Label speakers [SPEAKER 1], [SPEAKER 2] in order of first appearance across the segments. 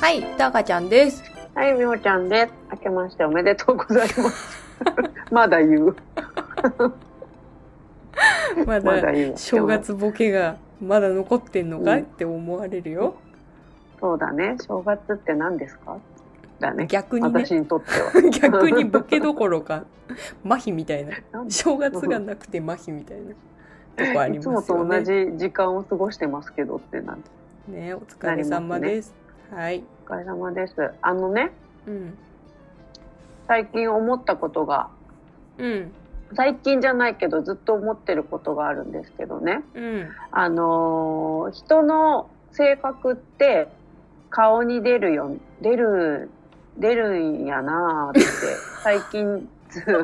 [SPEAKER 1] はい、たかちゃん です。
[SPEAKER 2] はい、みほちゃんです。明けましておめでとうございます。 まだ言う。
[SPEAKER 1] ま
[SPEAKER 2] ま
[SPEAKER 1] だ
[SPEAKER 2] だ言う。
[SPEAKER 1] 正月ボケがまだ残ってんのかい、
[SPEAKER 2] うん
[SPEAKER 1] って思われるよ。
[SPEAKER 2] そうだね。正月って何ですかだね。
[SPEAKER 1] 逆にね
[SPEAKER 2] 私、にとっては。
[SPEAKER 1] 逆にボケどころか、麻痺みたいな。
[SPEAKER 2] なんで
[SPEAKER 1] 正月がなくて麻痺みたいなとこあり
[SPEAKER 2] いつ
[SPEAKER 1] ま
[SPEAKER 2] も
[SPEAKER 1] す
[SPEAKER 2] と
[SPEAKER 1] よね。
[SPEAKER 2] 同じ時間を過ごしてますけどってなんて。
[SPEAKER 1] ね、お疲れ様です。はい。
[SPEAKER 2] お疲れ様です。あのね、
[SPEAKER 1] うん。
[SPEAKER 2] 最近思ったことが、
[SPEAKER 1] うん。
[SPEAKER 2] 最近じゃないけどずっと思ってることがあるんですけどね。
[SPEAKER 1] うん。
[SPEAKER 2] あのー人の性格って顔に出るよ、出る、出るんやなー って、最近、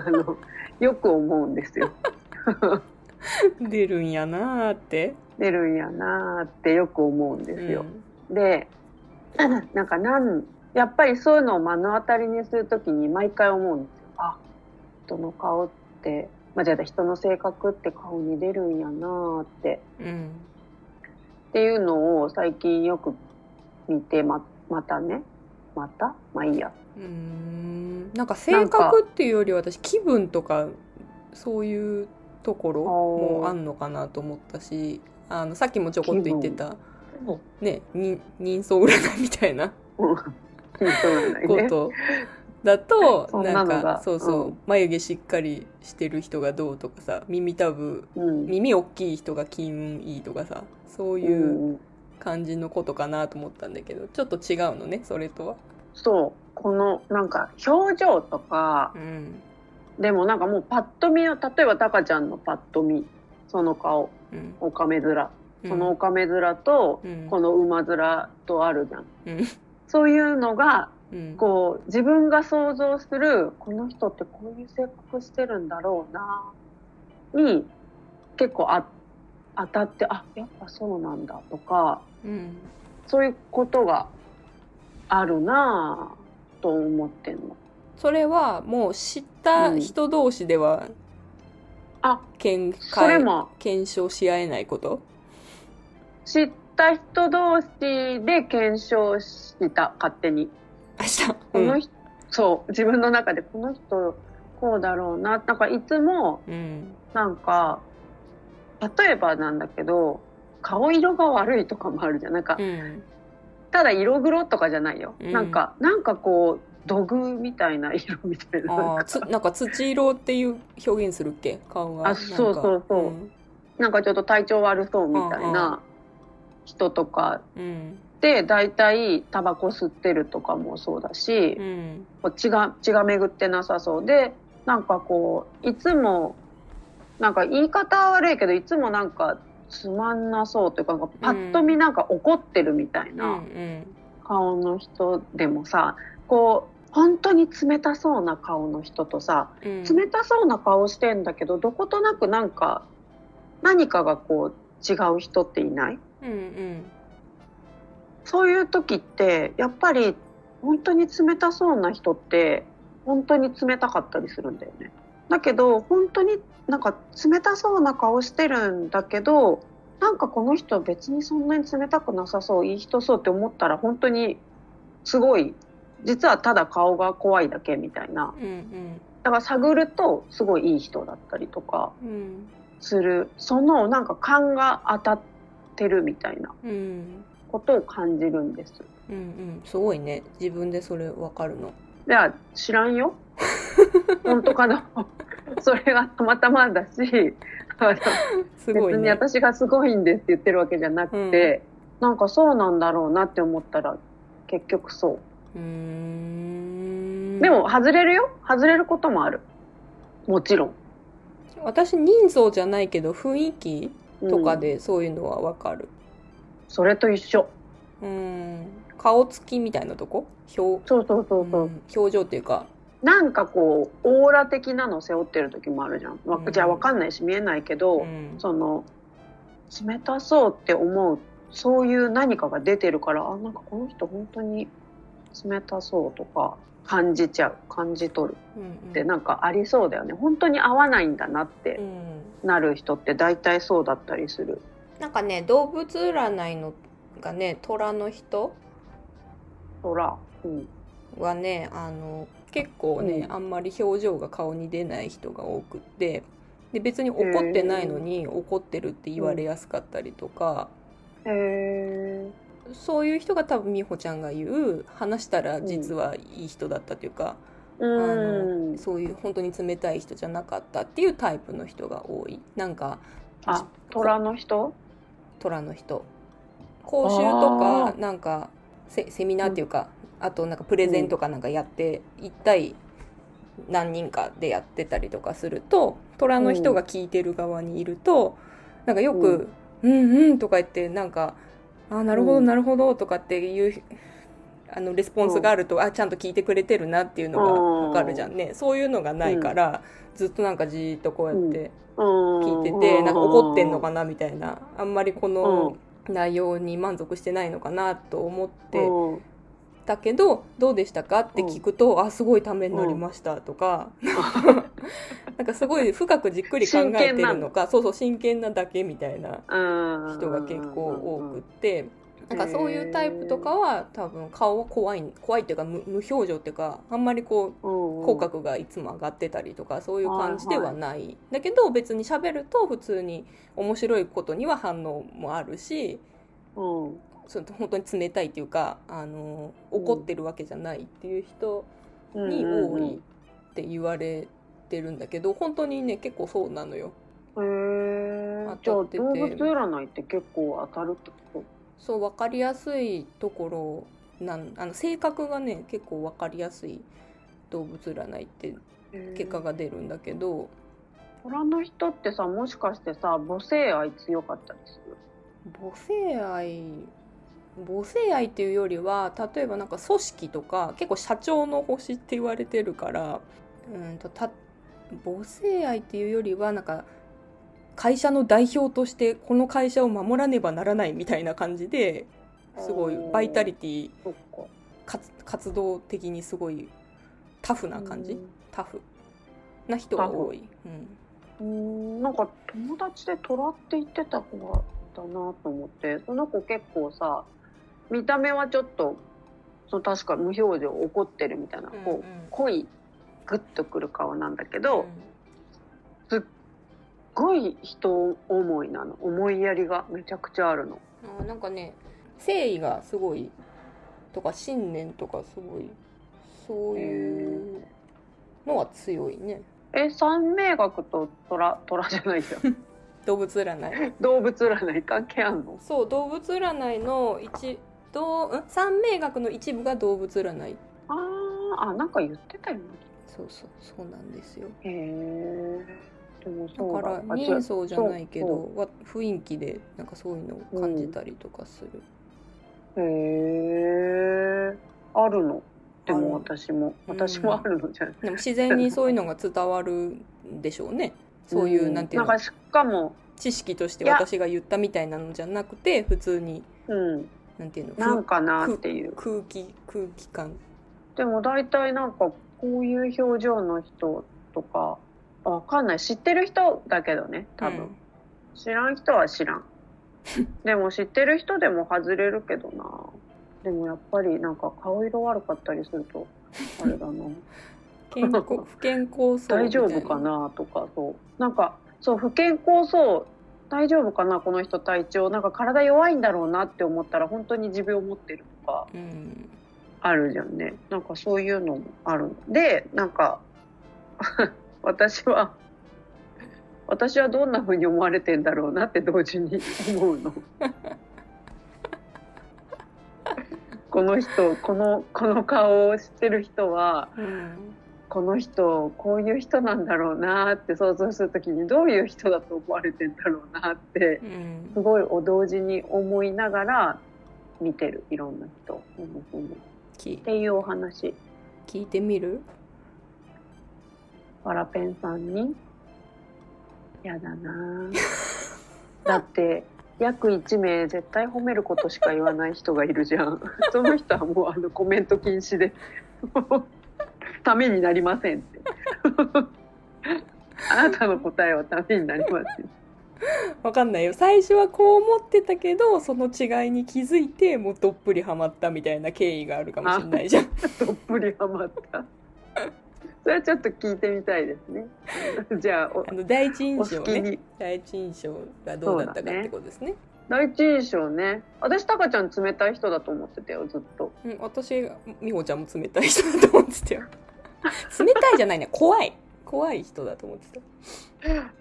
[SPEAKER 2] あの、よく思うんですよ。
[SPEAKER 1] 出るんやなーって。
[SPEAKER 2] 出るんやなーってよく思うんですよ。で、 なんかなん、やっぱりそういうのを目の当たりにするときに毎回思うんですよ。あ、人の顔って、まあ、じゃあ人の性格って顔に出るんやなーって。
[SPEAKER 1] うん。
[SPEAKER 2] っていうのを最近よく見てままたねまたまあいいや
[SPEAKER 1] うん。うーん。なんか性格っていうより私気分とか、そういうところもあんのかなと思ったし、あの、さっきもちょこっと言ってた、ね、に人相占いみたいな。
[SPEAKER 2] うんそうなんだよ
[SPEAKER 1] こ
[SPEAKER 2] ね
[SPEAKER 1] とだと
[SPEAKER 2] そん
[SPEAKER 1] な
[SPEAKER 2] なんのが
[SPEAKER 1] かそうそう、
[SPEAKER 2] う
[SPEAKER 1] 眉毛しっかりしてる人がどうとかさ耳たぶ
[SPEAKER 2] うん
[SPEAKER 1] 耳大きい人が金運いいとかさそう
[SPEAKER 2] う
[SPEAKER 1] いうん感じのことかなと思ったんだけどちょっと違うのねそれとは。
[SPEAKER 2] そうこのなんか表情とか
[SPEAKER 1] うん
[SPEAKER 2] でもなんかもうパッと見を例えばタカちゃんのパッと見その顔
[SPEAKER 1] うん
[SPEAKER 2] オカメ面
[SPEAKER 1] うん
[SPEAKER 2] そのオカメ面と
[SPEAKER 1] うん
[SPEAKER 2] この馬面とあるじゃん
[SPEAKER 1] うん
[SPEAKER 2] そういうのが
[SPEAKER 1] うん
[SPEAKER 2] こう自分が想像するこの人ってこういう性格してるんだろうなに結構あ当たってあやっぱそうなんだとか
[SPEAKER 1] うん
[SPEAKER 2] そういうことがあるなぁと思ってんの。
[SPEAKER 1] それはもう知った人同士では
[SPEAKER 2] あ
[SPEAKER 1] 見
[SPEAKER 2] それ
[SPEAKER 1] 解
[SPEAKER 2] も
[SPEAKER 1] 検証し合えないこと
[SPEAKER 2] 知った人同士で検証した勝手に。
[SPEAKER 1] 明日
[SPEAKER 2] この
[SPEAKER 1] うん
[SPEAKER 2] 人、そう自分の中でこの人こうだろうななんかいつも
[SPEAKER 1] うん
[SPEAKER 2] なんか例えばなんだけど顔色が悪いとかもあるじゃんなんか、
[SPEAKER 1] うん
[SPEAKER 2] ただ色黒とかじゃないよ、
[SPEAKER 1] うん
[SPEAKER 2] なんかなんかこう土偶みたいな色みたいななん
[SPEAKER 1] あー
[SPEAKER 2] か
[SPEAKER 1] つなんか土色っていう表現するっけ顔が
[SPEAKER 2] あ
[SPEAKER 1] な
[SPEAKER 2] そう
[SPEAKER 1] んか
[SPEAKER 2] そうそう
[SPEAKER 1] うん
[SPEAKER 2] なんかちょっと体調悪そうみたい
[SPEAKER 1] うんう
[SPEAKER 2] な人とか
[SPEAKER 1] うん
[SPEAKER 2] で大体タバコ吸ってるとかもそうだし
[SPEAKER 1] う、ん
[SPEAKER 2] こう血が血が巡ってなさそうでなんかこういつもなんか言い方は悪いけどいつもなんかつまんなそうというかなんかパッと見なんか怒ってるみたい
[SPEAKER 1] うん
[SPEAKER 2] な顔の人でもさこう本当に冷たそうな顔の人とさ
[SPEAKER 1] うん
[SPEAKER 2] 冷たそうな顔してんだけどどことなくなんか何かがこう違う人っていない
[SPEAKER 1] うんうん
[SPEAKER 2] そういう時ってやっぱり本当に冷たそうな人って本当に冷たかったりするんだよね。だけど本当になんか冷たそうな顔してるんだけどなんかこの人別にそんなに冷たくなさそういい人そうって思ったら本当にすごい実はただ顔が怖いだけみたいな
[SPEAKER 1] うん
[SPEAKER 2] だから探るとすごいいい人だったりとか
[SPEAKER 1] うんうん
[SPEAKER 2] するそのなんか勘が当たってるみたいな
[SPEAKER 1] うん
[SPEAKER 2] ことを感じるんです。
[SPEAKER 1] うんうんすごいね自分でそれわかるの
[SPEAKER 2] いや、知らんよ。 本当かな。それがたまたま だし、あの
[SPEAKER 1] すごい
[SPEAKER 2] 別に
[SPEAKER 1] ね
[SPEAKER 2] 私がすごいんですって言ってるわけじゃなくて、なんかそうなんだろうなって思ったら、結局そう
[SPEAKER 1] ー
[SPEAKER 2] う。
[SPEAKER 1] ん
[SPEAKER 2] でも、外れるよ。外れることもある。もちろん。
[SPEAKER 1] 私人相じゃないけど雰囲気
[SPEAKER 2] うん
[SPEAKER 1] とか。でそういうのはわかる
[SPEAKER 2] それと一緒。
[SPEAKER 1] うん顔つきみたいなとこ表
[SPEAKER 2] そうそうそうそう。
[SPEAKER 1] うん表情っていうか
[SPEAKER 2] なんかこう、オーラ的なの背負ってる時もあるじゃん。わ
[SPEAKER 1] うん
[SPEAKER 2] じゃあわかんないし見えないけど、
[SPEAKER 1] うん
[SPEAKER 2] その冷たそうって思うそういう何かが出てるからあなんかこの人本当に冷たそうとか感じちゃう感じ取る
[SPEAKER 1] うんうん
[SPEAKER 2] ってなんかありそうだよね本当に合わないんだなって
[SPEAKER 1] うん
[SPEAKER 2] なる人って大体そうだったりする
[SPEAKER 1] なんかね動物占いのがね虎の人
[SPEAKER 2] そら、うん、
[SPEAKER 1] はねあの結構ね、
[SPEAKER 2] う
[SPEAKER 1] あんまり表情が顔に出ない人が多くってで別に怒ってないのに怒ってるって言われやすかったりとか、
[SPEAKER 2] へえ
[SPEAKER 1] そういう人が多分美穂ちゃんが言う話したら実はいい人だったというか、
[SPEAKER 2] うん
[SPEAKER 1] そういう本当に冷たい人じゃなかったっていうタイプの人が多いなんか
[SPEAKER 2] あ虎の人
[SPEAKER 1] 虎の人講習とか
[SPEAKER 2] あー
[SPEAKER 1] なんかセセミナーっていうか、あとなんかプレゼンとかなんかやって、一体何人かでやってたりとかすると虎の人が聞いてる側にいると、なんかよく「うんうん」とか言ってなんか「あーなるほど
[SPEAKER 2] うん
[SPEAKER 1] なるほど」とかっていう。あのレスポンスがあると、あちゃんと聞いてくれてるなっていうのがわかるじゃんねそういうのがないから、ずっとなんかじーっとこうやって、聞
[SPEAKER 2] 聞
[SPEAKER 1] いててなんか怒ってんのか
[SPEAKER 2] な
[SPEAKER 1] なみたいなあんまりこの内容に満足してないのかなと思ってたけどどうでしたかって聞くとあすごいためになりましたとか なんかすごい深くじっくり考えてるのかそうそう真剣なだけみたいな人
[SPEAKER 2] 人
[SPEAKER 1] が結構多くって。なんかそういうタイプとかは多分顔は怖い怖いっていうか無無表情っていうかあんまりこう口
[SPEAKER 2] 口
[SPEAKER 1] 角がいつも上がってたりとかそういう感じではない、だけど別に喋ると普通に面白いことには反応もあるしその本当に冷たいっていうかあの怒ってるわけじゃないっていう人に多いって言われてるんだけど本当にね結構そうなのよ。
[SPEAKER 2] へえじゃ
[SPEAKER 1] 当た
[SPEAKER 2] あ動
[SPEAKER 1] ってて
[SPEAKER 2] 物占いって結構当たるってこ
[SPEAKER 1] そう分かりやすいところなんあの性格がね結構分かりやすい動物占いって
[SPEAKER 2] と
[SPEAKER 1] 結果が出るんだけど
[SPEAKER 2] 虎の人ってさもしかしてさ母性愛強かったりする
[SPEAKER 1] 母性愛母性愛っていうよりは例えばなんか組織とか結構社長の星って言われてるからうんとた母性愛っていうよりはなんか会社の代表としてこの会社を守らねばならないみたいな感じですごい
[SPEAKER 2] おー
[SPEAKER 1] バイタリティ
[SPEAKER 2] そっか
[SPEAKER 1] 活活動的にすごいタフな感じタフな人が多い。うん
[SPEAKER 2] うんなんか友達で虎って言ってた子がだなと思ってその子結構さ見た目はちょっとその確か無表情怒ってるみたいな、こう濃いグッとくる顔なんだけど、すごい人思いなの思いやりがめちゃくちゃあるの。
[SPEAKER 1] あーなんかね誠意がすごいとか信念とかすごいそういうのは強いね
[SPEAKER 2] え三名学と虎虎じゃ ないじゃん
[SPEAKER 1] 動物 占い
[SPEAKER 2] 動物占い関係あんの
[SPEAKER 1] そう動物占いの一どうん三名学の一部が動物占い
[SPEAKER 2] あーあなんか言ってたよね。
[SPEAKER 1] そうそうそうなんですよ
[SPEAKER 2] へえでも
[SPEAKER 1] だ
[SPEAKER 2] そう
[SPEAKER 1] から
[SPEAKER 2] あ
[SPEAKER 1] 人相じゃないけ
[SPEAKER 2] そう
[SPEAKER 1] どわ雰囲気でなんかそういうのを感じたりとかする、
[SPEAKER 2] へえあるのでも
[SPEAKER 1] ある
[SPEAKER 2] 私も
[SPEAKER 1] うん
[SPEAKER 2] 私もあるのじゃない、
[SPEAKER 1] でも自然にそういうのが伝わるんでしょうねそういう、なんていうの
[SPEAKER 2] なんかしかも
[SPEAKER 1] 知識として
[SPEAKER 2] いや
[SPEAKER 1] 私が言ったみたいなのじゃなくて普通に
[SPEAKER 2] うん
[SPEAKER 1] なんていうのふ
[SPEAKER 2] なんかなっていう
[SPEAKER 1] 空気空気感
[SPEAKER 2] でも大体なんかこういう表情の人とかわかんない知ってる人だけどね多分、
[SPEAKER 1] うん
[SPEAKER 2] 知らん人は知らん でも知ってる人でも外れるけどなでもやっぱりなんか顔色悪かったりするとあれだな
[SPEAKER 1] 健康 不健康そうみた
[SPEAKER 2] 大
[SPEAKER 1] い
[SPEAKER 2] 丈夫かなとかそうなんかそう不健康そう大丈夫かなこの人体調なんか体弱いんだろうなって思ったら本当に持病持ってるとか
[SPEAKER 1] うん
[SPEAKER 2] あるじゃんねなんかそういうのもあるでなんか 私は私はどんな風に思われてんだろうなって同時に思うのこの人このこの顔を知ってる人は
[SPEAKER 1] うん
[SPEAKER 2] この人こういう人なんだろうなって想像するときにどういう人だと思われてんだろうなって
[SPEAKER 1] うん
[SPEAKER 2] すごいお同時に思いながら見てるいろんな人をっ
[SPEAKER 1] き
[SPEAKER 2] ていうお話。
[SPEAKER 1] 聞いてみる
[SPEAKER 2] わらペンさんにやだなあだって約1名絶対褒めることしか言わない人がいるじゃん その人はもうあのコメント禁止で ためにな りませんってあなたの答えはためになりません
[SPEAKER 1] わかんないよ最初はこう思ってたけどその違いに気づいてもうどっぷりハマったみたいな経緯があるかもしれないじゃん
[SPEAKER 2] どっぷりハマったそれはちょっと聞いてみたいですね じゃあお
[SPEAKER 1] あの第一印
[SPEAKER 2] お
[SPEAKER 1] 象
[SPEAKER 2] 好き
[SPEAKER 1] ね
[SPEAKER 2] に
[SPEAKER 1] 第一印象がどうだったかってことですね
[SPEAKER 2] 第一印象ね私タカちゃん冷たい人だと思ってたよずっと
[SPEAKER 1] うん、私美穂ちゃんも冷たい人だと思ってたよ 冷たいじゃないね怖い怖い人だと思って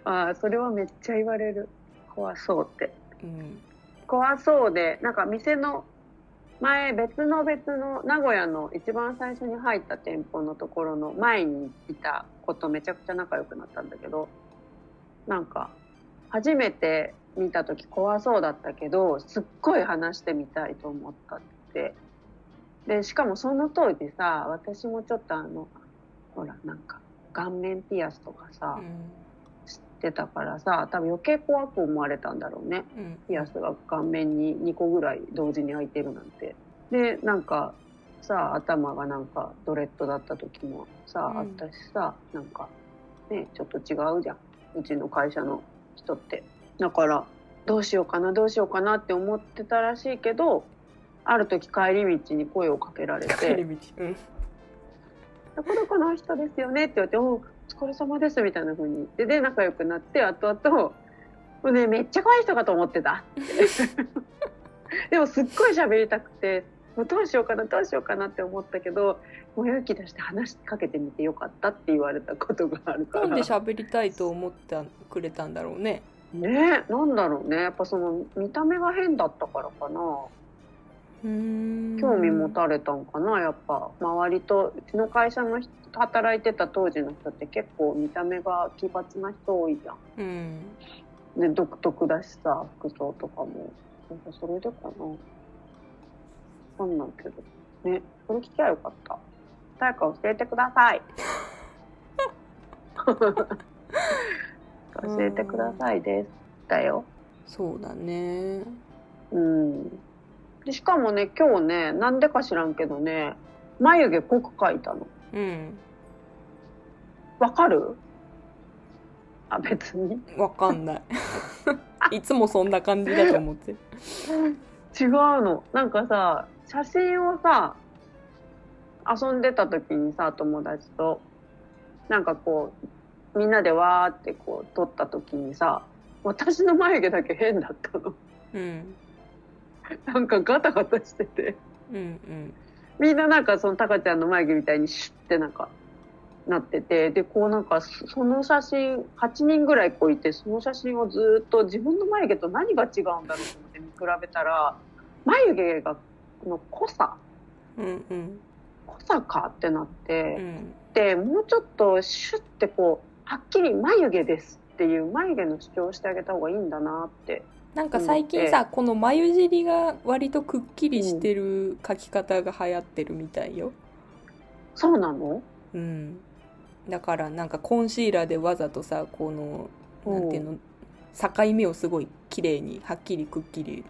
[SPEAKER 1] た
[SPEAKER 2] ああそれはめっちゃ言われる怖そうって
[SPEAKER 1] うん
[SPEAKER 2] 怖そうでなんか店の前別の別の名古屋の一番最初に入った店舗のところの前にいた子とめちゃくちゃ仲良くなったんだけどなんか初めて見た時怖そうだったけどすっごい話してみたいと思ったってでしかもその当時さ私もちょっとあのほらなんか顔面ピアスとかさ知ってたからさ多分余計怖く思われたんだろうね。
[SPEAKER 1] うん
[SPEAKER 2] ピアスが顔面に2個ぐらい同時に開いてるなんて。で、なんか、さあ、頭がなんかドレッドだった時もさ
[SPEAKER 1] うん
[SPEAKER 2] あ、あったしさ、なんか、ね、ちょっと違うじゃん。うちの会社の人って。だから、どうしようかな、どうしようかなって思ってたらしいけど、ある時帰り道に声をかけられ
[SPEAKER 1] 帰り
[SPEAKER 2] て、
[SPEAKER 1] 道うん
[SPEAKER 2] この子の人ですよねって言われて、おうお疲れ様ですみたいな風に言って、で、仲良くなって、後々、もうね、めっちゃ怖い人かと思ってた。 でもすっごい喋りたくて、もうどうしようかな、どうしようかなって思ったけど、もう勇気出して話しかけてみてよかったって言われたことがあるから。
[SPEAKER 1] なんで喋りたいと思ってくれたんだろうね
[SPEAKER 2] ねなんだろうね。やっぱその見た目が変だったからかな。
[SPEAKER 1] うん
[SPEAKER 2] 興味持たれたんかな、やっぱ。周りと、うちの会社の人働いてた当時の人って結構見た目が奇抜な人多いじゃん。
[SPEAKER 1] うん
[SPEAKER 2] ね、独特だしさ、服装とかも。なんかそれでかな。わかんないけど。ね、それ聞きゃよかった。誰か教えてください。教えてくださいです。だよ。
[SPEAKER 1] そうだね
[SPEAKER 2] うん。で、しかもね、今日ね、なんでか知らんけどね、眉毛濃く描いたの。
[SPEAKER 1] うん
[SPEAKER 2] わかるあ、別に。
[SPEAKER 1] わかんないい つもそんな感じだと思ってる
[SPEAKER 2] 違うのなんかさ写真をさ遊んでた時にさ友達となんかこうみんなでわーってこう撮った時にさ私の眉毛だけ変だったの
[SPEAKER 1] うん
[SPEAKER 2] なんかガタガタしてて
[SPEAKER 1] うん
[SPEAKER 2] みんななんかそのタカちゃんの眉毛みたいにシュッてなんかなっててでこうなんかそその写真8人ぐらいこういてその写真をずーっと自分の眉毛と何が違うんだろうと思って見比べたら眉毛がの濃さ
[SPEAKER 1] うんうんうん
[SPEAKER 2] 濃さかってなって、
[SPEAKER 1] うん
[SPEAKER 2] でもうちょっとシュッてこうはっきり眉毛ですっていう眉毛の主張をしてあげた方がいいんだなって
[SPEAKER 1] なんか最近さ、この眉尻が割とくっきりしてる描き方が流行ってるみたいよ。
[SPEAKER 2] そうなの
[SPEAKER 1] うん。だからなんかコンシーラーでわざとさ、この、なんていうの、境目をすごい綺麗に、はっきりくっきり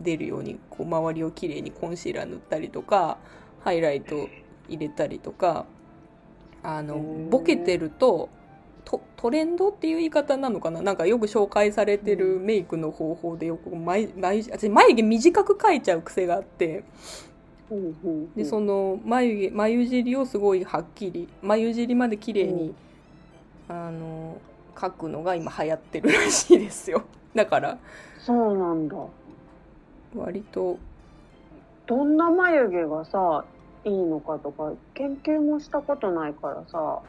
[SPEAKER 1] 出るように、こう周りを綺麗にコンシーラー塗ったりとか、ハイライト入れたりとか、あ
[SPEAKER 2] へ
[SPEAKER 1] の
[SPEAKER 2] ー、
[SPEAKER 1] ボケてると、トトレンドっていう言い方なのかななんかよく紹介されてるメイクの方法でよく眉眉私眉毛短く描いちゃう癖があって
[SPEAKER 2] うんうん
[SPEAKER 1] でそ
[SPEAKER 2] の
[SPEAKER 1] の眉毛眉尻をすごいはっきり眉尻まで綺麗に、あの描くのが今流行ってるらしいですよ だから
[SPEAKER 2] そうなんだ
[SPEAKER 1] 割と
[SPEAKER 2] どんな眉毛がさいいのかとか研究もしたことないからさ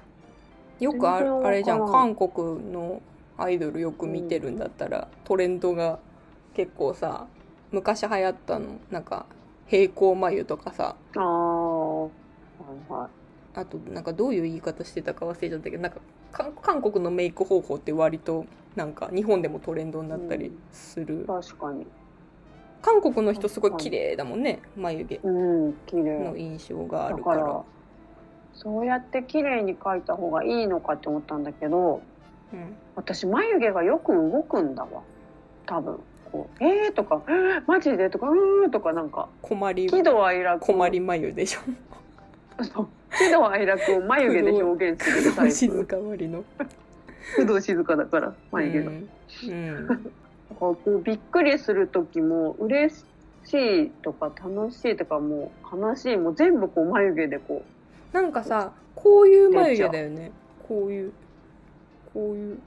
[SPEAKER 1] よくあ
[SPEAKER 2] 全然わからん
[SPEAKER 1] あれじゃん韓国のアイドルよく見てるんだったら、トレンドが結構さ昔流行ったのなんか平行眉とかさ
[SPEAKER 2] ああはいは
[SPEAKER 1] あとなんかどういう言い方してたか忘れちゃったけどなんか韓韓国のメイク方法って割となんか日本でもトレンドになったりする、
[SPEAKER 2] い確かに
[SPEAKER 1] 韓国の人すごい綺麗だもんね眉毛
[SPEAKER 2] うん綺麗
[SPEAKER 1] の印象があ
[SPEAKER 2] だ
[SPEAKER 1] るか
[SPEAKER 2] かららそうやって綺麗に描いた方がいいのかって思ったんだけど
[SPEAKER 1] うん
[SPEAKER 2] 私眉毛がよく動くんだわ多分こう「えー」とか「マジで?」とか「うー」とかなんか
[SPEAKER 1] 困り
[SPEAKER 2] 喜怒哀楽
[SPEAKER 1] 困り眉で しょ
[SPEAKER 2] そう喜怒哀楽を眉毛で表現するタイ
[SPEAKER 1] 静
[SPEAKER 2] プ
[SPEAKER 1] かわりの
[SPEAKER 2] 工藤静香だから眉毛が。
[SPEAKER 1] うん
[SPEAKER 2] こうびっくりする時も嬉しいとか楽しいとかもう悲しいもう全部こう眉毛でこ
[SPEAKER 1] なんかさこういう眉毛だよねこういうこういう
[SPEAKER 2] う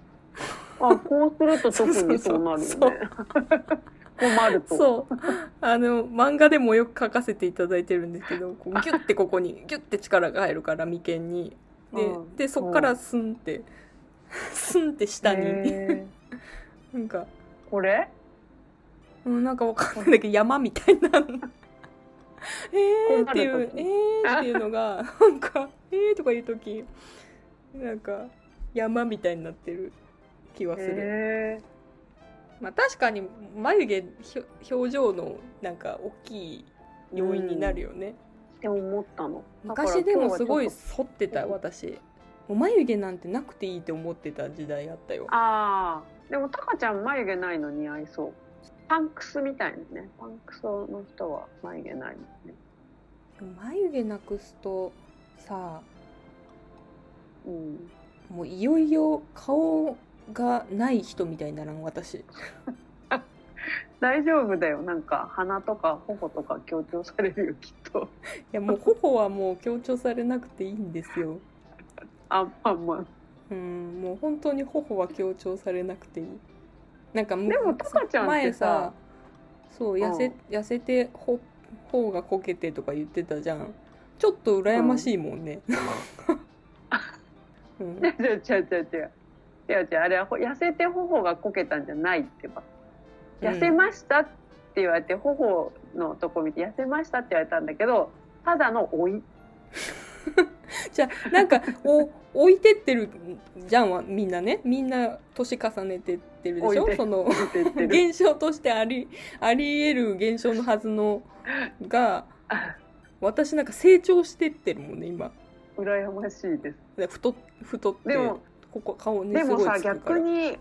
[SPEAKER 2] あこうすると特にそうなる
[SPEAKER 1] そうそう
[SPEAKER 2] よね。 困ると。
[SPEAKER 1] そうあの漫画でもよく描かせていただいてるんですけど こうギュッてここにギュッて力が入るから眉間にで,、
[SPEAKER 2] うん
[SPEAKER 1] でそっからスンって、 スンって下に
[SPEAKER 2] へ
[SPEAKER 1] なんか、
[SPEAKER 2] ーこれ
[SPEAKER 1] うん、なんかわかんないんだけど山みたいな えーっていう
[SPEAKER 2] こうなると
[SPEAKER 1] え
[SPEAKER 2] き
[SPEAKER 1] ーっていうのが なんかえーとかいう時なんか山みたいになってる気はする。
[SPEAKER 2] へ
[SPEAKER 1] まあ、確かに眉毛ひょ表情のなんか大きい
[SPEAKER 2] ー
[SPEAKER 1] 要因になるよね、
[SPEAKER 2] うんって思ったの。
[SPEAKER 1] 昔でもすごい
[SPEAKER 2] だから今日はちょ
[SPEAKER 1] 反
[SPEAKER 2] っ
[SPEAKER 1] ってた私もう眉毛なんてなくていいって思ってた時代あったよ
[SPEAKER 2] と。ああでもタカちゃん眉毛ないの似合いそう。パンクスみたいなね。パンクスの人は眉毛ないのね。
[SPEAKER 1] 眉毛なくすとさ
[SPEAKER 2] うん。
[SPEAKER 1] もういよいよ顔がない人みたいにならん私
[SPEAKER 2] 大丈夫だよ。なんか鼻とか頬とか強調されるよきっと。
[SPEAKER 1] いやもう頬はもう強調されなくていいんですよ
[SPEAKER 2] アンパンマン。
[SPEAKER 1] うんもう本当に頬は強調されなくていいなんかむ
[SPEAKER 2] でもタカちゃんっ
[SPEAKER 1] 前
[SPEAKER 2] て
[SPEAKER 1] さ
[SPEAKER 2] さ
[SPEAKER 1] そう
[SPEAKER 2] うん
[SPEAKER 1] 痩せ,、痩せてほ頬がこけてとか言ってたじゃんちょっと羨ましいもんね、うん
[SPEAKER 2] 違う違う違う違う違う違うあれはほ痩せて頬がこけたんじゃないってば痩せましたって言われて、頬のとこ見て痩せましたって言われたんだけどただの老い
[SPEAKER 1] じゃあなんかお置いてってるじゃんはみんなねみんな年重ねてってるでし
[SPEAKER 2] 老い
[SPEAKER 1] ょ
[SPEAKER 2] て
[SPEAKER 1] その
[SPEAKER 2] って言 ってる
[SPEAKER 1] 現象としてありあり得る現象のはずのが私なんか成長してってるもんね今
[SPEAKER 2] 羨ましいです
[SPEAKER 1] で太っ太って
[SPEAKER 2] でも
[SPEAKER 1] ここ顔ね
[SPEAKER 2] です
[SPEAKER 1] ご
[SPEAKER 2] も
[SPEAKER 1] い
[SPEAKER 2] さ
[SPEAKER 1] つくから
[SPEAKER 2] 逆に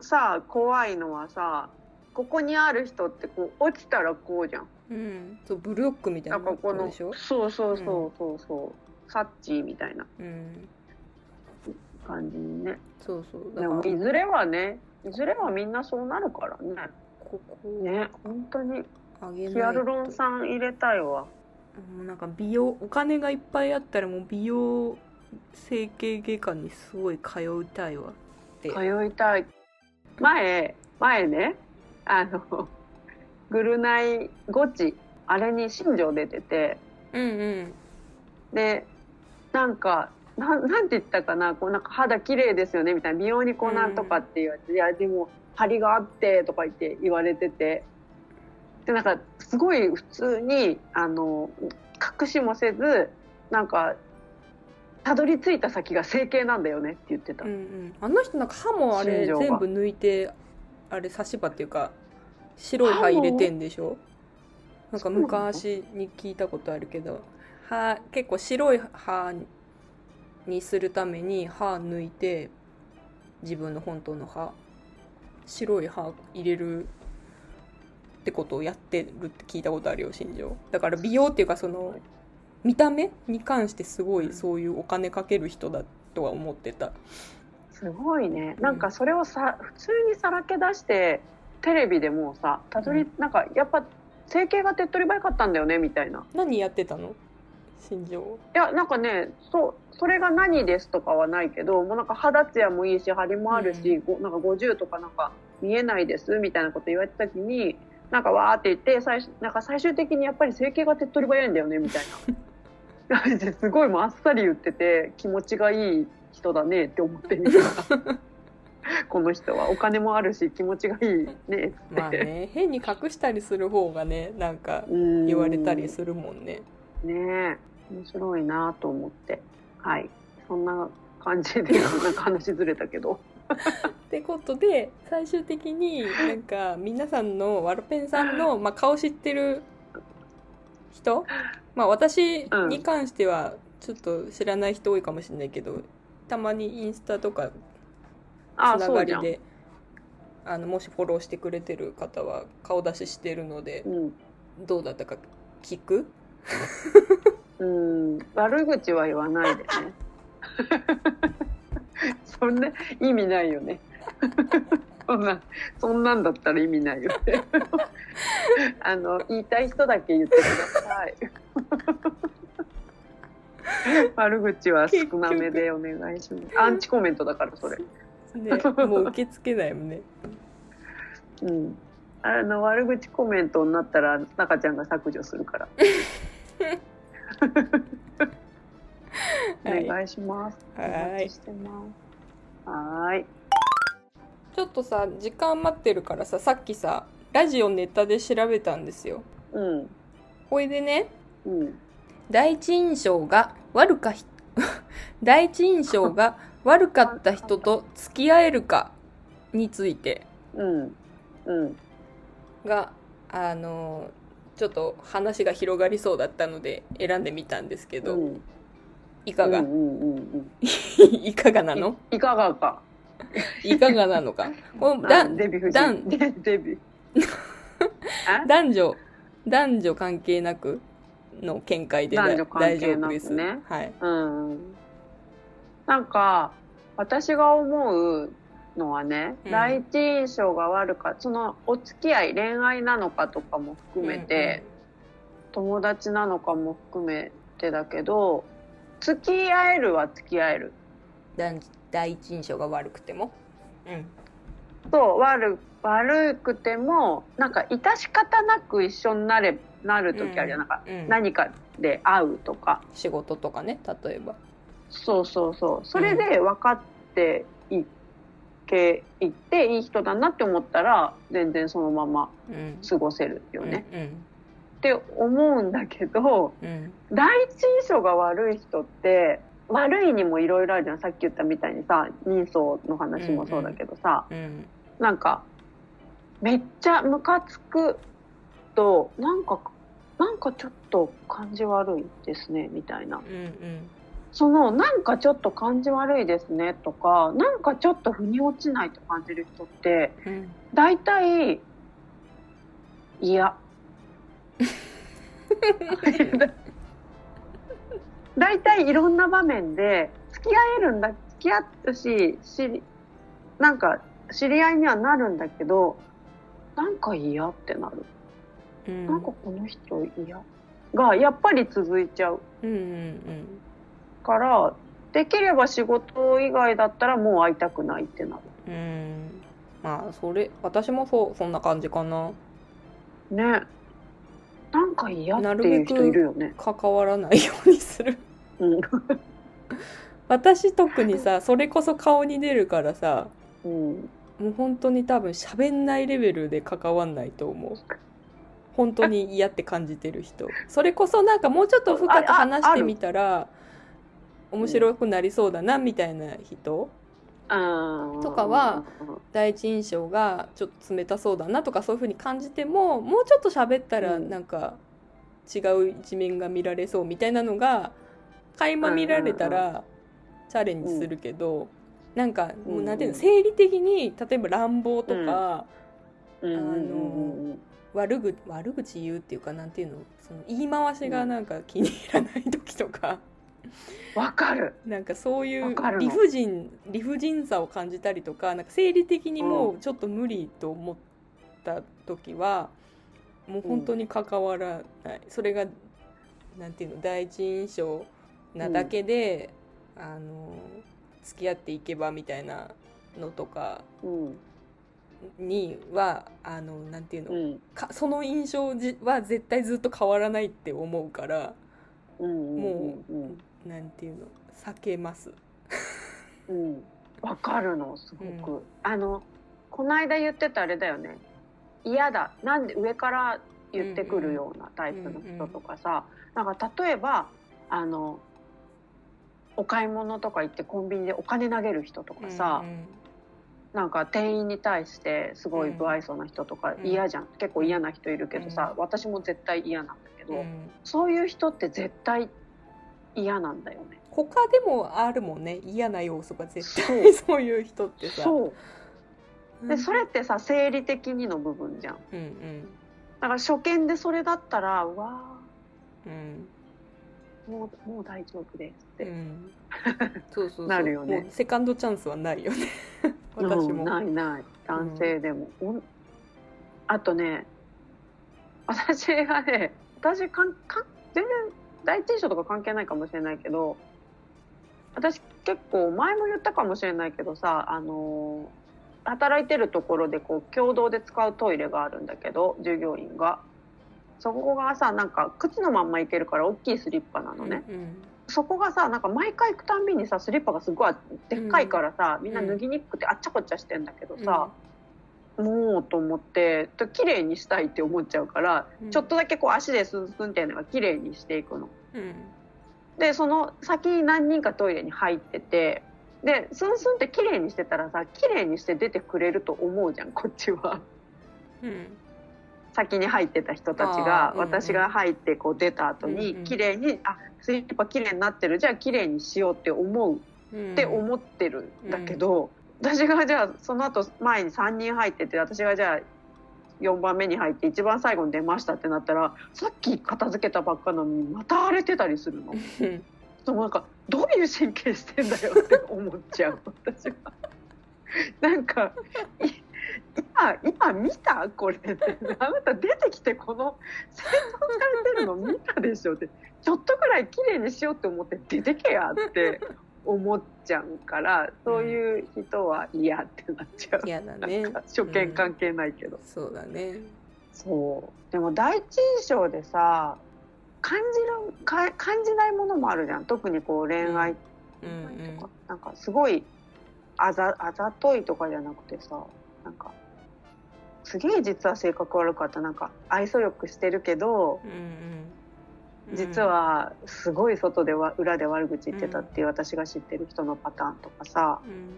[SPEAKER 2] さ怖いのはさここにある人ってこう落ちたらこうじゃん
[SPEAKER 1] うん、そうブロックみたい
[SPEAKER 2] な
[SPEAKER 1] なん
[SPEAKER 2] か
[SPEAKER 1] こ
[SPEAKER 2] ことの
[SPEAKER 1] でしょ、
[SPEAKER 2] そうそうそうそうそう、サッチーみたいな
[SPEAKER 1] うん、
[SPEAKER 2] 感じにね
[SPEAKER 1] そうそうだ
[SPEAKER 2] で
[SPEAKER 1] か
[SPEAKER 2] もい
[SPEAKER 1] ら
[SPEAKER 2] ずれはねいずれはみんなそうなるからね
[SPEAKER 1] ここを
[SPEAKER 2] ね本当に
[SPEAKER 1] 上げ
[SPEAKER 2] ヒ
[SPEAKER 1] な
[SPEAKER 2] ア
[SPEAKER 1] いと
[SPEAKER 2] ルロン酸入れたいわ
[SPEAKER 1] もうなんか美容お金がいっぱいあったらもう美容整形外科にすごい通いたいわって
[SPEAKER 2] 通いたい前前ねあのぐるナイゴチあれに新庄出てて
[SPEAKER 1] うんうん
[SPEAKER 2] でなんかなんなんて言ったかなこうなんか肌綺麗ですよねみたいな美容にこうなんとかって言われて、いやでも張りがあってとか言って言われててでなんかすごい普通にあの隠しもせずなんかたどり着いた先が整形なんだよねって言ってた
[SPEAKER 1] うんう。んあの人なんか歯もあれ
[SPEAKER 2] 新
[SPEAKER 1] 全
[SPEAKER 2] 庄が
[SPEAKER 1] 部抜いてあれ差し歯っていうか白い歯入れてんでしょなんか昔に聞いたことあるけど歯結構白い歯にするために歯抜いて自分の本当の歯白い歯入れるってことをやってるって聞いたことあるよ新庄だから美容っていうかその見た目に関してすごいそういうお金かける人だとは思ってた
[SPEAKER 2] すごいね
[SPEAKER 1] うん
[SPEAKER 2] なんかそれをさ普通にさらけ出してテレビでもうさたどり、
[SPEAKER 1] うん
[SPEAKER 2] なんかやっぱ整形が手っ取り早かったんだよねみたいな
[SPEAKER 1] 何やってたの新庄
[SPEAKER 2] いやなんかねそうそれが何ですとかはないけどもうなんか肌ツヤもいいし張りもあるし、
[SPEAKER 1] う
[SPEAKER 2] ごなんか50とかなんか見えないですみたいなこと言われた時になんかわーって言って最終なんか最終的にやっぱり整形が手っ取り早いんだよねみたいな 感じですごいもうあっさり言ってて気持ちがいい人だねって思ってみた この人はお金もあるし気持ちがいいねって、
[SPEAKER 1] まあ ね変に隠したりする方がねなんか
[SPEAKER 2] うん
[SPEAKER 1] 言われたりするもんね
[SPEAKER 2] ねえ面白いなと思ってはいそんな感じでなんか話ずれたけ ど
[SPEAKER 1] ってことで最終的になんか皆さんのワルペンさん の、まあ、顔知ってる人、まあ、私
[SPEAKER 2] うん
[SPEAKER 1] に関してはちょっと知らない人多いかもしれないけどたまにインスタとか
[SPEAKER 2] あ
[SPEAKER 1] つな
[SPEAKER 2] そ
[SPEAKER 1] が
[SPEAKER 2] うじゃ
[SPEAKER 1] り
[SPEAKER 2] ん、
[SPEAKER 1] であのもしフォローしてくれてる方は顔出ししてるので
[SPEAKER 2] うん
[SPEAKER 1] どうだったか聞く
[SPEAKER 2] うん、悪口は言わないでね そそんな意味ないよね そんなそんなんだったら意味ないよね あの言いたい人だけ言ってください 悪口は少なめでお願いしますアンチコメントだからそれ
[SPEAKER 1] ね、もう受け付けない もんね。
[SPEAKER 2] うんあの悪口コメントになったら中ちゃんが削除するから
[SPEAKER 1] はい
[SPEAKER 2] お願いします
[SPEAKER 1] はい
[SPEAKER 2] お待ちしてますはーい
[SPEAKER 1] ちょっとさ、時間待ってるからさ、さっきさ、ラジオネタで調べたんですよ。
[SPEAKER 2] うん
[SPEAKER 1] ほいでね、
[SPEAKER 2] うん
[SPEAKER 1] 第一印象が悪か ひ、第一印象 が悪かった人と付き合えるかについて
[SPEAKER 2] うんうん
[SPEAKER 1] が、あのーちょっと話が広がりそうだったので選んでみたんですけ
[SPEAKER 2] う
[SPEAKER 1] ど、
[SPEAKER 2] ん
[SPEAKER 1] いかが、
[SPEAKER 2] うんうんうん
[SPEAKER 1] いかがな
[SPEAKER 2] うん
[SPEAKER 1] の
[SPEAKER 2] いいかがか
[SPEAKER 1] いかがなの か。このだ
[SPEAKER 2] あデヴィ夫
[SPEAKER 1] ダ
[SPEAKER 2] 人
[SPEAKER 1] ン
[SPEAKER 2] デデヴィあ
[SPEAKER 1] 男女、男女関係なくの見解で
[SPEAKER 2] 男女
[SPEAKER 1] 大
[SPEAKER 2] 関
[SPEAKER 1] 丈
[SPEAKER 2] 係
[SPEAKER 1] 夫
[SPEAKER 2] なくね
[SPEAKER 1] です。はい。
[SPEAKER 2] うんなんか私が思うのはね、
[SPEAKER 1] うん
[SPEAKER 2] 第一印象が悪かそのお付き合い恋愛なのかとかも含めて、友達なのかも含めてだけど付き合えるは付き合える
[SPEAKER 1] うんうん、男第一印象が悪くても、うん、
[SPEAKER 2] と悪悪くてもなんか致し方なく一緒になれなる時あるじゃん、なんか
[SPEAKER 1] うん
[SPEAKER 2] 何かで会うとか
[SPEAKER 1] 仕事とかね例えば
[SPEAKER 2] そうそうそうそれで分かっていけいっていい人だなって思ったら全然そのまま
[SPEAKER 1] うん
[SPEAKER 2] 過ごせるよね、
[SPEAKER 1] うん
[SPEAKER 2] って思うんだけど
[SPEAKER 1] うん
[SPEAKER 2] 第一印象が悪い人って悪いにもいろいろあるじゃんさっき言ったみたいにさ人相の話もそうだけどさ、
[SPEAKER 1] うん
[SPEAKER 2] なんかめっちゃムカつくとなんかなんかちょっと感じ悪いですねみたいな
[SPEAKER 1] うんうん
[SPEAKER 2] そのなんかちょっと感じ悪いですねとかなんかちょっと腑に落ちないと感じる人って
[SPEAKER 1] うん
[SPEAKER 2] 大体嫌大体いろんな場面で付き合えるんだ付き合ったし知りなんか知り合いにはなるんだけどなんか嫌ってなる、
[SPEAKER 1] うん
[SPEAKER 2] なんかこの人嫌がやっぱり続いちゃう
[SPEAKER 1] うんうん
[SPEAKER 2] からできれば仕事以外だったらもう会いたくないってな
[SPEAKER 1] うんうんまあそれ私もそうそんな感じかな
[SPEAKER 2] るねなんか嫌って
[SPEAKER 1] なる
[SPEAKER 2] い
[SPEAKER 1] べ
[SPEAKER 2] う
[SPEAKER 1] く
[SPEAKER 2] 人いるよね
[SPEAKER 1] 関わらないようにする
[SPEAKER 2] うん
[SPEAKER 1] 私特にさそれこそ顔に出るからさ
[SPEAKER 2] うん
[SPEAKER 1] もう本当に多分喋んないレベルで関わんないと思う本当に嫌って感じてる人それこそなんかもうちょっと深く話してみたら面白くなりそうだなみたいな人
[SPEAKER 2] と
[SPEAKER 1] とかは第一印象がちょっと冷たそうだなとかそういう風に感じてももうちょっと喋ったら
[SPEAKER 2] うん
[SPEAKER 1] なんか違う一面が見られそうみたいなのが垣間見られた
[SPEAKER 2] う
[SPEAKER 1] らチャレンジするけどなんかもうなんていうの
[SPEAKER 2] うん
[SPEAKER 1] 生理的に例えば乱暴とか。
[SPEAKER 2] あの
[SPEAKER 1] 悪ぐ悪口言うっていうかなんていうのその言い回しがなんか気に入らない時とか、
[SPEAKER 2] わかる
[SPEAKER 1] なんかそうい
[SPEAKER 2] わ
[SPEAKER 1] う
[SPEAKER 2] かるの
[SPEAKER 1] 理不尽理不尽さを感じたりとかなんか生理的にも
[SPEAKER 2] う
[SPEAKER 1] うちょっと無理と思った時は、もう本当に関わらない、それがなんていうの第一印象なだけで、あの付き合っていけばみたいなのとか
[SPEAKER 2] うん
[SPEAKER 1] にはあのなんていうの、
[SPEAKER 2] うん
[SPEAKER 1] かその印象じは絶対ずっと変わらないって思うから
[SPEAKER 2] うん
[SPEAKER 1] も
[SPEAKER 2] ううん
[SPEAKER 1] なんていうの避けます。
[SPEAKER 2] うんわかるのすごく、あのこの間言ってたあれだよね嫌だなんで上から言ってくるようなタイプの人とかさ、なんか例えばあのお買い物とか行ってコンビニでお金投げる人とかさ、なんか店員に対してすごい不愛想な人とか
[SPEAKER 1] うん
[SPEAKER 2] 嫌じゃん、結構嫌な人いるけどさ、私も絶対嫌なんだけ
[SPEAKER 1] うん
[SPEAKER 2] ど、
[SPEAKER 1] うん
[SPEAKER 2] そういう人って絶対嫌なんだよね。
[SPEAKER 1] 他でもあるもんね嫌な要素が絶対
[SPEAKER 2] そう
[SPEAKER 1] そういう人ってさ。
[SPEAKER 2] そう
[SPEAKER 1] うん
[SPEAKER 2] でそれってさ生理的にの部分じゃん
[SPEAKER 1] うんうん
[SPEAKER 2] だから初見でそれだったらうわ
[SPEAKER 1] うん
[SPEAKER 2] もうもう大丈夫ですって、
[SPEAKER 1] うん、そうそうそう
[SPEAKER 2] なるよね
[SPEAKER 1] もうセカンドチャンスはないよね私
[SPEAKER 2] うん
[SPEAKER 1] も、
[SPEAKER 2] ないない男性でも、おんあとね私はね私かんかん全然第一印象とか関係ないかもしれないけど私結構前も言ったかもしれないけどさあのー働いてるところでこう共同で使うトイレがあるんだけど従業員がそこがさなんか靴のまんま行けるから大きいスリッパなのね、
[SPEAKER 1] うん
[SPEAKER 2] そこがさなんか毎回行くたんびにさスリッパがすごいでっかいからさ、みんな脱ぎにくくてあっちゃこっちゃしてんだけどさ、もうと思ってと綺麗にしたいって思っちゃうから、
[SPEAKER 1] うん
[SPEAKER 2] ちょっとだけこう足でスンスンってやるのが綺麗にしていくの。
[SPEAKER 1] うん
[SPEAKER 2] でその先に何人かトイレに入っててでスンスンって綺麗にしてたらさ綺麗にして出てくれると思うじゃんこっちは。
[SPEAKER 1] うん
[SPEAKER 2] 先に入ってた人たち
[SPEAKER 1] あー
[SPEAKER 2] が、
[SPEAKER 1] うんうん
[SPEAKER 2] 私が入ってこう出た後
[SPEAKER 1] うんう
[SPEAKER 2] に
[SPEAKER 1] ん
[SPEAKER 2] 綺麗に、あスリッパ綺麗になってるじゃあ綺麗にしようって思う
[SPEAKER 1] うん
[SPEAKER 2] って思ってるんだけど、私がじゃあその後前に3人入ってて私がじゃあ4番目に入って一番最後に出ましたってなったらさっき片付けたばっかなのにまた荒れてたりするの。
[SPEAKER 1] うん
[SPEAKER 2] でもなんかどういう神経してんだよって思っちゃう私は。なんかい今今見たこれってあなた出てきてこの洗脳されてるの見たでしょってちょっとくらい綺麗にしようって思って出てけやって思っちゃうからそういう人は嫌ってなっちゃう。
[SPEAKER 1] 嫌だ
[SPEAKER 2] なん
[SPEAKER 1] ね
[SPEAKER 2] か初見関係ないけど、
[SPEAKER 1] そうだね
[SPEAKER 2] そうでも第一印象でさ感じるか感じないものもあるじゃん特にこう恋愛
[SPEAKER 1] うんうん
[SPEAKER 2] とかなんかすごいあざあざといとかじゃなくてさなんかすげえ実は性格悪かったなんか愛想よくしてるけど
[SPEAKER 1] うんうん
[SPEAKER 2] 実はすごい外では裏で悪口言ってたっていう私が知ってる人のパターンとかさ
[SPEAKER 1] うん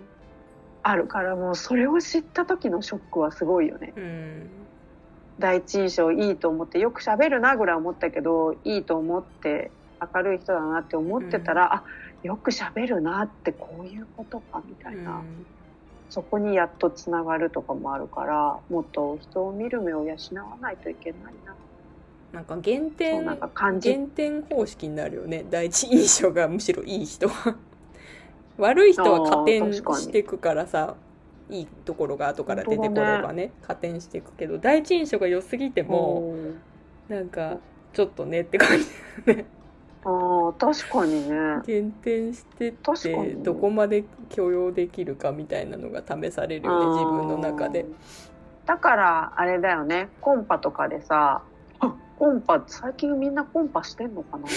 [SPEAKER 2] あるからもうそれを知った時のショックはすごいよね。
[SPEAKER 1] うん
[SPEAKER 2] 第一印象いいと思ってよく喋るなぐらい思ったけどいいと思って明るい人だなって思ってたら、あよく喋るなってこういうことかみたいな、
[SPEAKER 1] うん
[SPEAKER 2] そこにやっとつながるとかもあるからもっと人を見る目を養わないといけないな
[SPEAKER 1] なんか減
[SPEAKER 2] そう
[SPEAKER 1] 点
[SPEAKER 2] なんか感じ
[SPEAKER 1] 減点方式になるよね第一印象がむしろいい人は 悪い人は加
[SPEAKER 2] あ
[SPEAKER 1] 点
[SPEAKER 2] ー確かに
[SPEAKER 1] していくからさいいところが後から出てこればね加点していくけど第一印象が良すぎても、
[SPEAKER 2] うん
[SPEAKER 1] なんかちょっとねって 感じだよね
[SPEAKER 2] あー確かにね
[SPEAKER 1] 減点してっ
[SPEAKER 2] 確か
[SPEAKER 1] て
[SPEAKER 2] に
[SPEAKER 1] どこまで許容できるかみたいなのが試されるよね自分の中で
[SPEAKER 2] あー。だからあれだよねコンパとかでさあコンパ最近みんなコンパしてんのかな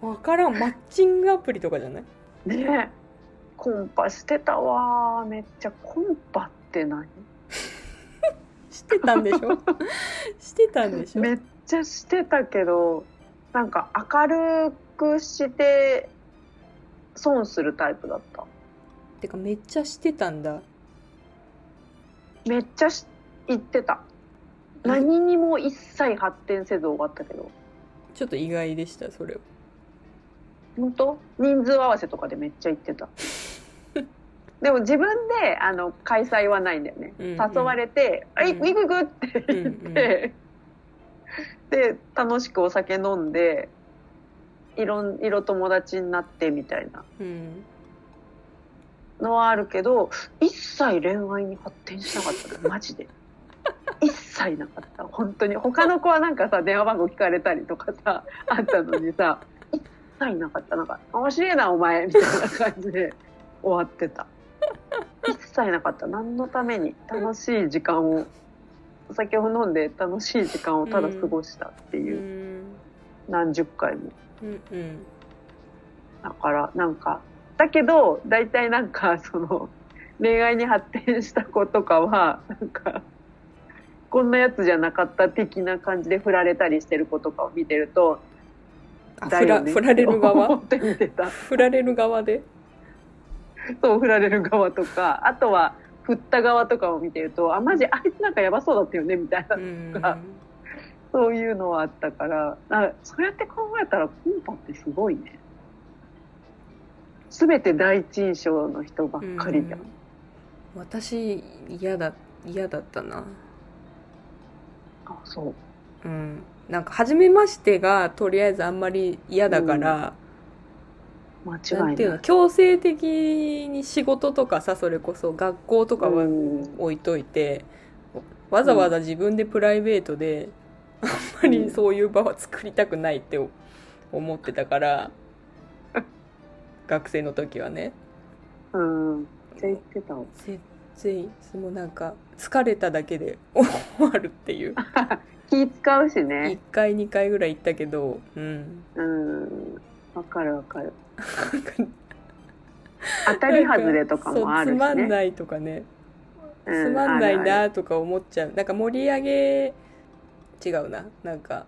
[SPEAKER 1] わからんマッチングアプリとかじゃない
[SPEAKER 2] ねコンパしてたわーめっちゃコンパって何
[SPEAKER 1] してたんでし ょしてたんでしょ
[SPEAKER 2] めっちゃしてたけどなんか明るくして損するタイプだった
[SPEAKER 1] てかめっちゃしてたんだ。
[SPEAKER 2] めっちゃし言ってた何にも一切発展せず終わったけど
[SPEAKER 1] ちょっと意外でしたそれは
[SPEAKER 2] 本当人数合わせとかでめっちゃ行っ てたでも自分であの開催はないんだよね、
[SPEAKER 1] うんうん
[SPEAKER 2] 誘われて「あい
[SPEAKER 1] うん
[SPEAKER 2] 行く行く」って言って、
[SPEAKER 1] う んうん
[SPEAKER 2] で楽しくお酒飲んでいろん色友達になってみたいな
[SPEAKER 1] うん
[SPEAKER 2] のはあるけど一切恋愛に発展しなかったのマジで 一切なかった本当に他の子はなんかさ電話番号聞かれたりとかさあったのにさ一切なかったなんか「面白いなお前」みたいな感じで終わってた一切なかった何のために楽しい時間をお酒を飲んで楽しい時間をただ過ごしたって
[SPEAKER 1] う
[SPEAKER 2] いう、
[SPEAKER 1] ん
[SPEAKER 2] 何十回も
[SPEAKER 1] うんうん
[SPEAKER 2] だからなんかだけど大体なんか その恋愛に発展した子とかはなんかこんなやつじゃなかった的な感じで振られたりしてる子とかを見てると
[SPEAKER 1] あ
[SPEAKER 2] だ
[SPEAKER 1] 振ら
[SPEAKER 2] よね
[SPEAKER 1] 振られる
[SPEAKER 2] って
[SPEAKER 1] 側
[SPEAKER 2] 思って見てた
[SPEAKER 1] 振られる側で
[SPEAKER 2] そう振られる側とかあとは振った側とかを見てるとあマジあいつなんかやばそうだったよねみたいな、
[SPEAKER 1] うん
[SPEAKER 2] あそういうのはあったからなんかそうやって考えたらコンパってすごいね全て第一印象の人ばっかりじゃん
[SPEAKER 1] うん私嫌だ嫌だったな
[SPEAKER 2] あそ
[SPEAKER 1] う
[SPEAKER 2] う
[SPEAKER 1] んなんか初めましてがとりあえずあんまり嫌だから、
[SPEAKER 2] 間違
[SPEAKER 1] なん
[SPEAKER 2] い
[SPEAKER 1] ていう
[SPEAKER 2] な
[SPEAKER 1] の
[SPEAKER 2] い。
[SPEAKER 1] 強制的に仕事とかさそれこそ学校とかは
[SPEAKER 2] うん
[SPEAKER 1] 置いといて、わざわざ自分でプライベートであんまりそういう場は作りたくないって思ってたから、学生の時はね
[SPEAKER 2] うん。絶対言ってたわ。
[SPEAKER 1] 全然いつもなんか疲れただけで終わるっていう
[SPEAKER 2] 気使うし
[SPEAKER 1] 1
[SPEAKER 2] ね。
[SPEAKER 1] 回2回ぐらい行ったけどうん
[SPEAKER 2] うん。わかるわか る。
[SPEAKER 1] なんか
[SPEAKER 2] 当たり外れとかもあるしね。
[SPEAKER 1] そうつまんないとかね
[SPEAKER 2] う
[SPEAKER 1] つまんない
[SPEAKER 2] あるある
[SPEAKER 1] なとか思っちゃうなんか盛り上げ違うななんか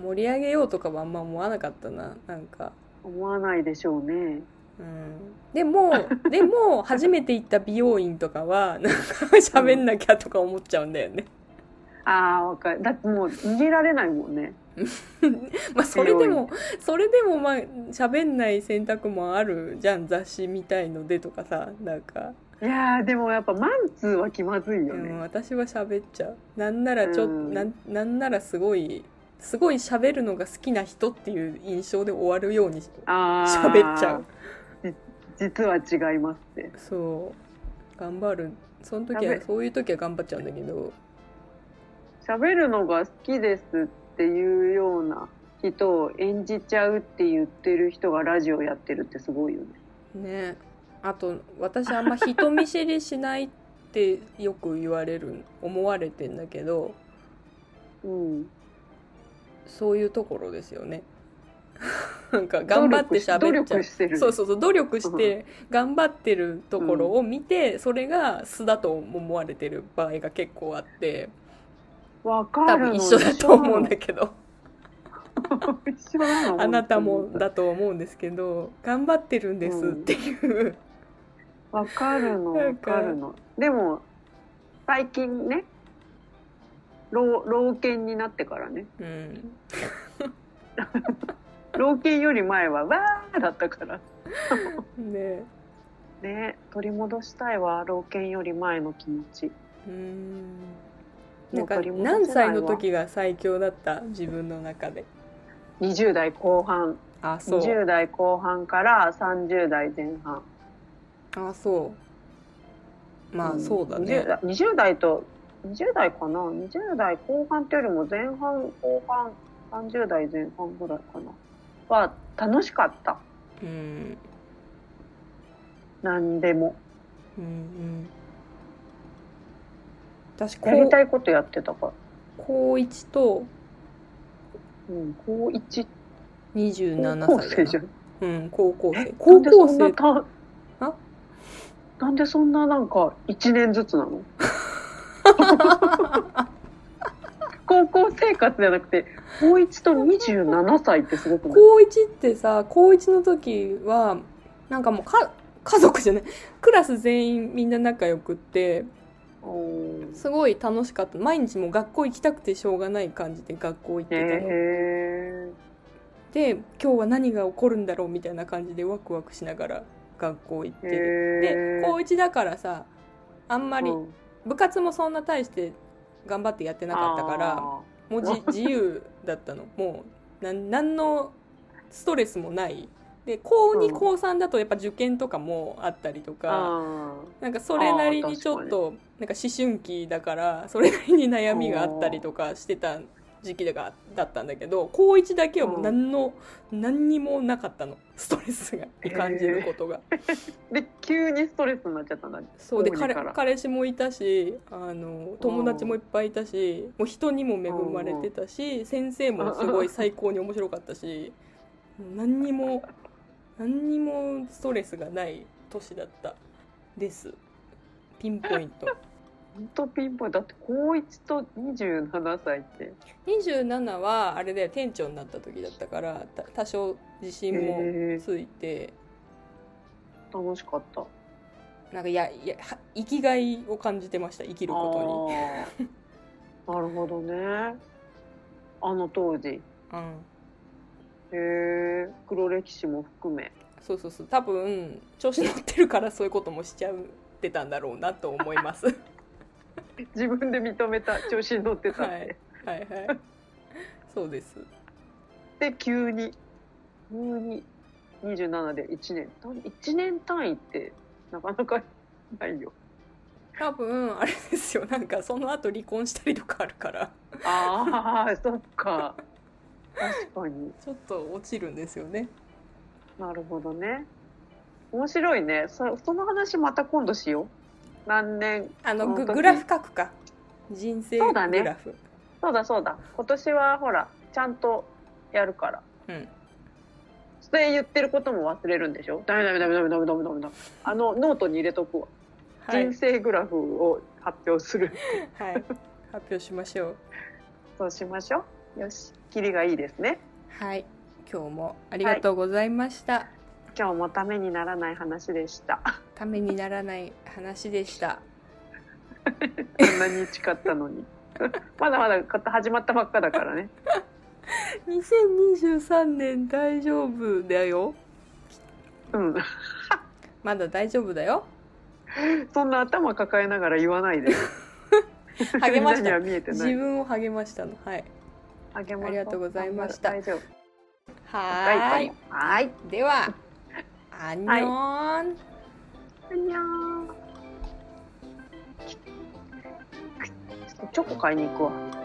[SPEAKER 1] 盛り上げようとかはあんま思わなかったななんか
[SPEAKER 2] 思わないでしょうね。
[SPEAKER 1] うんで もでも初めて行った美容院とかはなんか喋んなきゃとか思っちゃうんだよね
[SPEAKER 2] ああ、わかる。だってもう逃げられないもんね。
[SPEAKER 1] まあそれでもそれでもまあ喋んない選択もあるじゃん雑誌みたいのでとかさなんか
[SPEAKER 2] いやーでもやっぱマンツーは気まずいよ
[SPEAKER 1] うん、
[SPEAKER 2] ね。
[SPEAKER 1] 私は喋っちゃうなんならちょっと、
[SPEAKER 2] うん
[SPEAKER 1] なんなんならすごいすごい喋るのが好きな人っていう印象で終わるように
[SPEAKER 2] ああ。
[SPEAKER 1] 喋っちゃう。
[SPEAKER 2] 実は違いますって。
[SPEAKER 1] そう頑張るその時
[SPEAKER 2] や
[SPEAKER 1] は
[SPEAKER 2] べ
[SPEAKER 1] そういう時は頑張っちゃうんだけど
[SPEAKER 2] 喋るのが好きですっていうような人を演じちゃうって言ってる人がラジオやってるってすごいよね。
[SPEAKER 1] ねあと私あんま人見知りしないってよく言われる思われてんだけど
[SPEAKER 2] うん。
[SPEAKER 1] そういうところですよね なんか頑張って喋っちゃう
[SPEAKER 2] 努力し努力してる。
[SPEAKER 1] そうそうそう努力して頑張ってるところを見て、それが素だと思われてる場合が結構あって
[SPEAKER 2] わか
[SPEAKER 1] 多
[SPEAKER 2] る
[SPEAKER 1] 分
[SPEAKER 2] の。
[SPEAKER 1] 一緒だと思うんだけど
[SPEAKER 2] 一緒なの。
[SPEAKER 1] あなたもだと思うんですけど頑張ってるんですっていう、
[SPEAKER 2] わかるの
[SPEAKER 1] な
[SPEAKER 2] わ
[SPEAKER 1] んか
[SPEAKER 2] かるの。でも最近ね、老老犬になってからね、
[SPEAKER 1] うん、
[SPEAKER 2] 老犬より前はわーだったから
[SPEAKER 1] ね
[SPEAKER 2] ね、取り戻したいわ老犬より前の気持ち。
[SPEAKER 1] うんなん
[SPEAKER 2] も
[SPEAKER 1] か
[SPEAKER 2] う取り戻せないわ
[SPEAKER 1] 何歳の時が最強だった自分の中で
[SPEAKER 2] 20代後半、
[SPEAKER 1] あそう
[SPEAKER 2] 20代後半から30代前半。
[SPEAKER 1] あそうまあそうだね
[SPEAKER 2] 20代 ,20 代と20代かな20代後半ってよりも前半後半30代前半ぐらいかなは楽しかった
[SPEAKER 1] うん
[SPEAKER 2] 何でも
[SPEAKER 1] うんうん私こ
[SPEAKER 2] やり
[SPEAKER 1] う
[SPEAKER 2] たいことやってたから、
[SPEAKER 1] 高一と
[SPEAKER 2] うん、高1
[SPEAKER 1] 二十
[SPEAKER 2] 高
[SPEAKER 1] 七
[SPEAKER 2] 校
[SPEAKER 1] 歳
[SPEAKER 2] 生じゃん
[SPEAKER 1] うん、高校生
[SPEAKER 2] え。
[SPEAKER 1] 高校生
[SPEAKER 2] なんでそんなた
[SPEAKER 1] あ
[SPEAKER 2] なんでそんななんか1年ずつ なの高校生活じゃなくて高1と27歳ってすごくない
[SPEAKER 1] 高一ってさ、高一の時はなんかもうか家族じゃない、 クラス全員みんな仲良くって
[SPEAKER 2] おー
[SPEAKER 1] すごい楽しかった。毎日もう学校行きたくてしょうがない感じで学校行ってたの。
[SPEAKER 2] へ
[SPEAKER 1] で、今日は何が起こるんだろうみたいな感じでワクワクしながら学校行って
[SPEAKER 2] え。
[SPEAKER 1] る。で、高
[SPEAKER 2] い
[SPEAKER 1] 一だからさ、あんまり
[SPEAKER 2] うん
[SPEAKER 1] 部活もそんな大して頑張ってやってなかったから。
[SPEAKER 2] あ
[SPEAKER 1] もうじ自由だったの もうなん何のストレスもないで高
[SPEAKER 2] う
[SPEAKER 1] 2
[SPEAKER 2] ん
[SPEAKER 1] 高3だとやっぱ受験とかもあったりと
[SPEAKER 2] ー
[SPEAKER 1] か、
[SPEAKER 2] あ
[SPEAKER 1] なんかそれなりにちょっとなんか思春期だからそれなりに悩みがあったりとかしてた時期だがだったんだけど高1だけはもう何の、何にもなかったのストレスが
[SPEAKER 2] へー
[SPEAKER 1] 感じることが。
[SPEAKER 2] ーで急にストレスになっちゃったんだ
[SPEAKER 1] そうで
[SPEAKER 2] 高
[SPEAKER 1] 彼
[SPEAKER 2] 二から
[SPEAKER 1] 彼氏もいたしあの友達もいっぱいいたしもう人にも恵まれてたし先生もすごい最高に面白かったしもう何にも何にもストレスがない年だったですピンポイント
[SPEAKER 2] 本当ピンポイントだって高1と27歳って
[SPEAKER 1] 27はあれだよ店長になった時だったからた多少自信も
[SPEAKER 2] へー
[SPEAKER 1] ついて
[SPEAKER 2] 楽しかったあ
[SPEAKER 1] なんかややは生きがいを感じてました生きることに。
[SPEAKER 2] あーなるほどねあの当時へ
[SPEAKER 1] うん
[SPEAKER 2] え黒歴史も含め
[SPEAKER 1] そうそうそう多分調子乗ってるからそういうこともしちゃってたんだろうなと 思います
[SPEAKER 2] 自分で認めた調子に乗ってたっ
[SPEAKER 1] はい
[SPEAKER 2] て、
[SPEAKER 1] はいはいそうです
[SPEAKER 2] で急に急に27で1年単1年単位ってなかなかないよ
[SPEAKER 1] 多分あれですよなんかその後離婚したりとかあるから
[SPEAKER 2] ああ そっか確かに
[SPEAKER 1] ちょっと落ちるんですよね
[SPEAKER 2] なるほどね面白いねそその話また今度しよう何年
[SPEAKER 1] あのググラフ書くか人生グラフ
[SPEAKER 2] そうだそうだ今年はほらちゃんとやるから
[SPEAKER 1] うん
[SPEAKER 2] で言ってることも忘れるんでしょダメダメダメダメダメダメダメダメあのノートに入れとくわ、
[SPEAKER 1] はい、
[SPEAKER 2] 人生グラフを発表する
[SPEAKER 1] はい、発表しましょう
[SPEAKER 2] そうしましょうよしキリがいいですね
[SPEAKER 1] はい今日もありがとうございました、
[SPEAKER 2] 今日もためにならない話でした
[SPEAKER 1] ためにならない話でした
[SPEAKER 2] こんなに誓ったのに まだまだ始まったばっかだからね
[SPEAKER 1] 2023年大丈夫だよ
[SPEAKER 2] うん
[SPEAKER 1] まだ大丈夫だよ
[SPEAKER 2] そんな頭抱えながら言わないで
[SPEAKER 1] 励ました
[SPEAKER 2] みんなには見えて
[SPEAKER 1] 自
[SPEAKER 2] ない
[SPEAKER 1] 分を励ましたのはい
[SPEAKER 2] 励ま
[SPEAKER 1] ありがとうございました
[SPEAKER 2] 大丈夫
[SPEAKER 1] は
[SPEAKER 2] はい
[SPEAKER 1] ーい
[SPEAKER 2] はい
[SPEAKER 1] ではアンニョン
[SPEAKER 2] あにゃーんちょっとチョコ買いに行くわ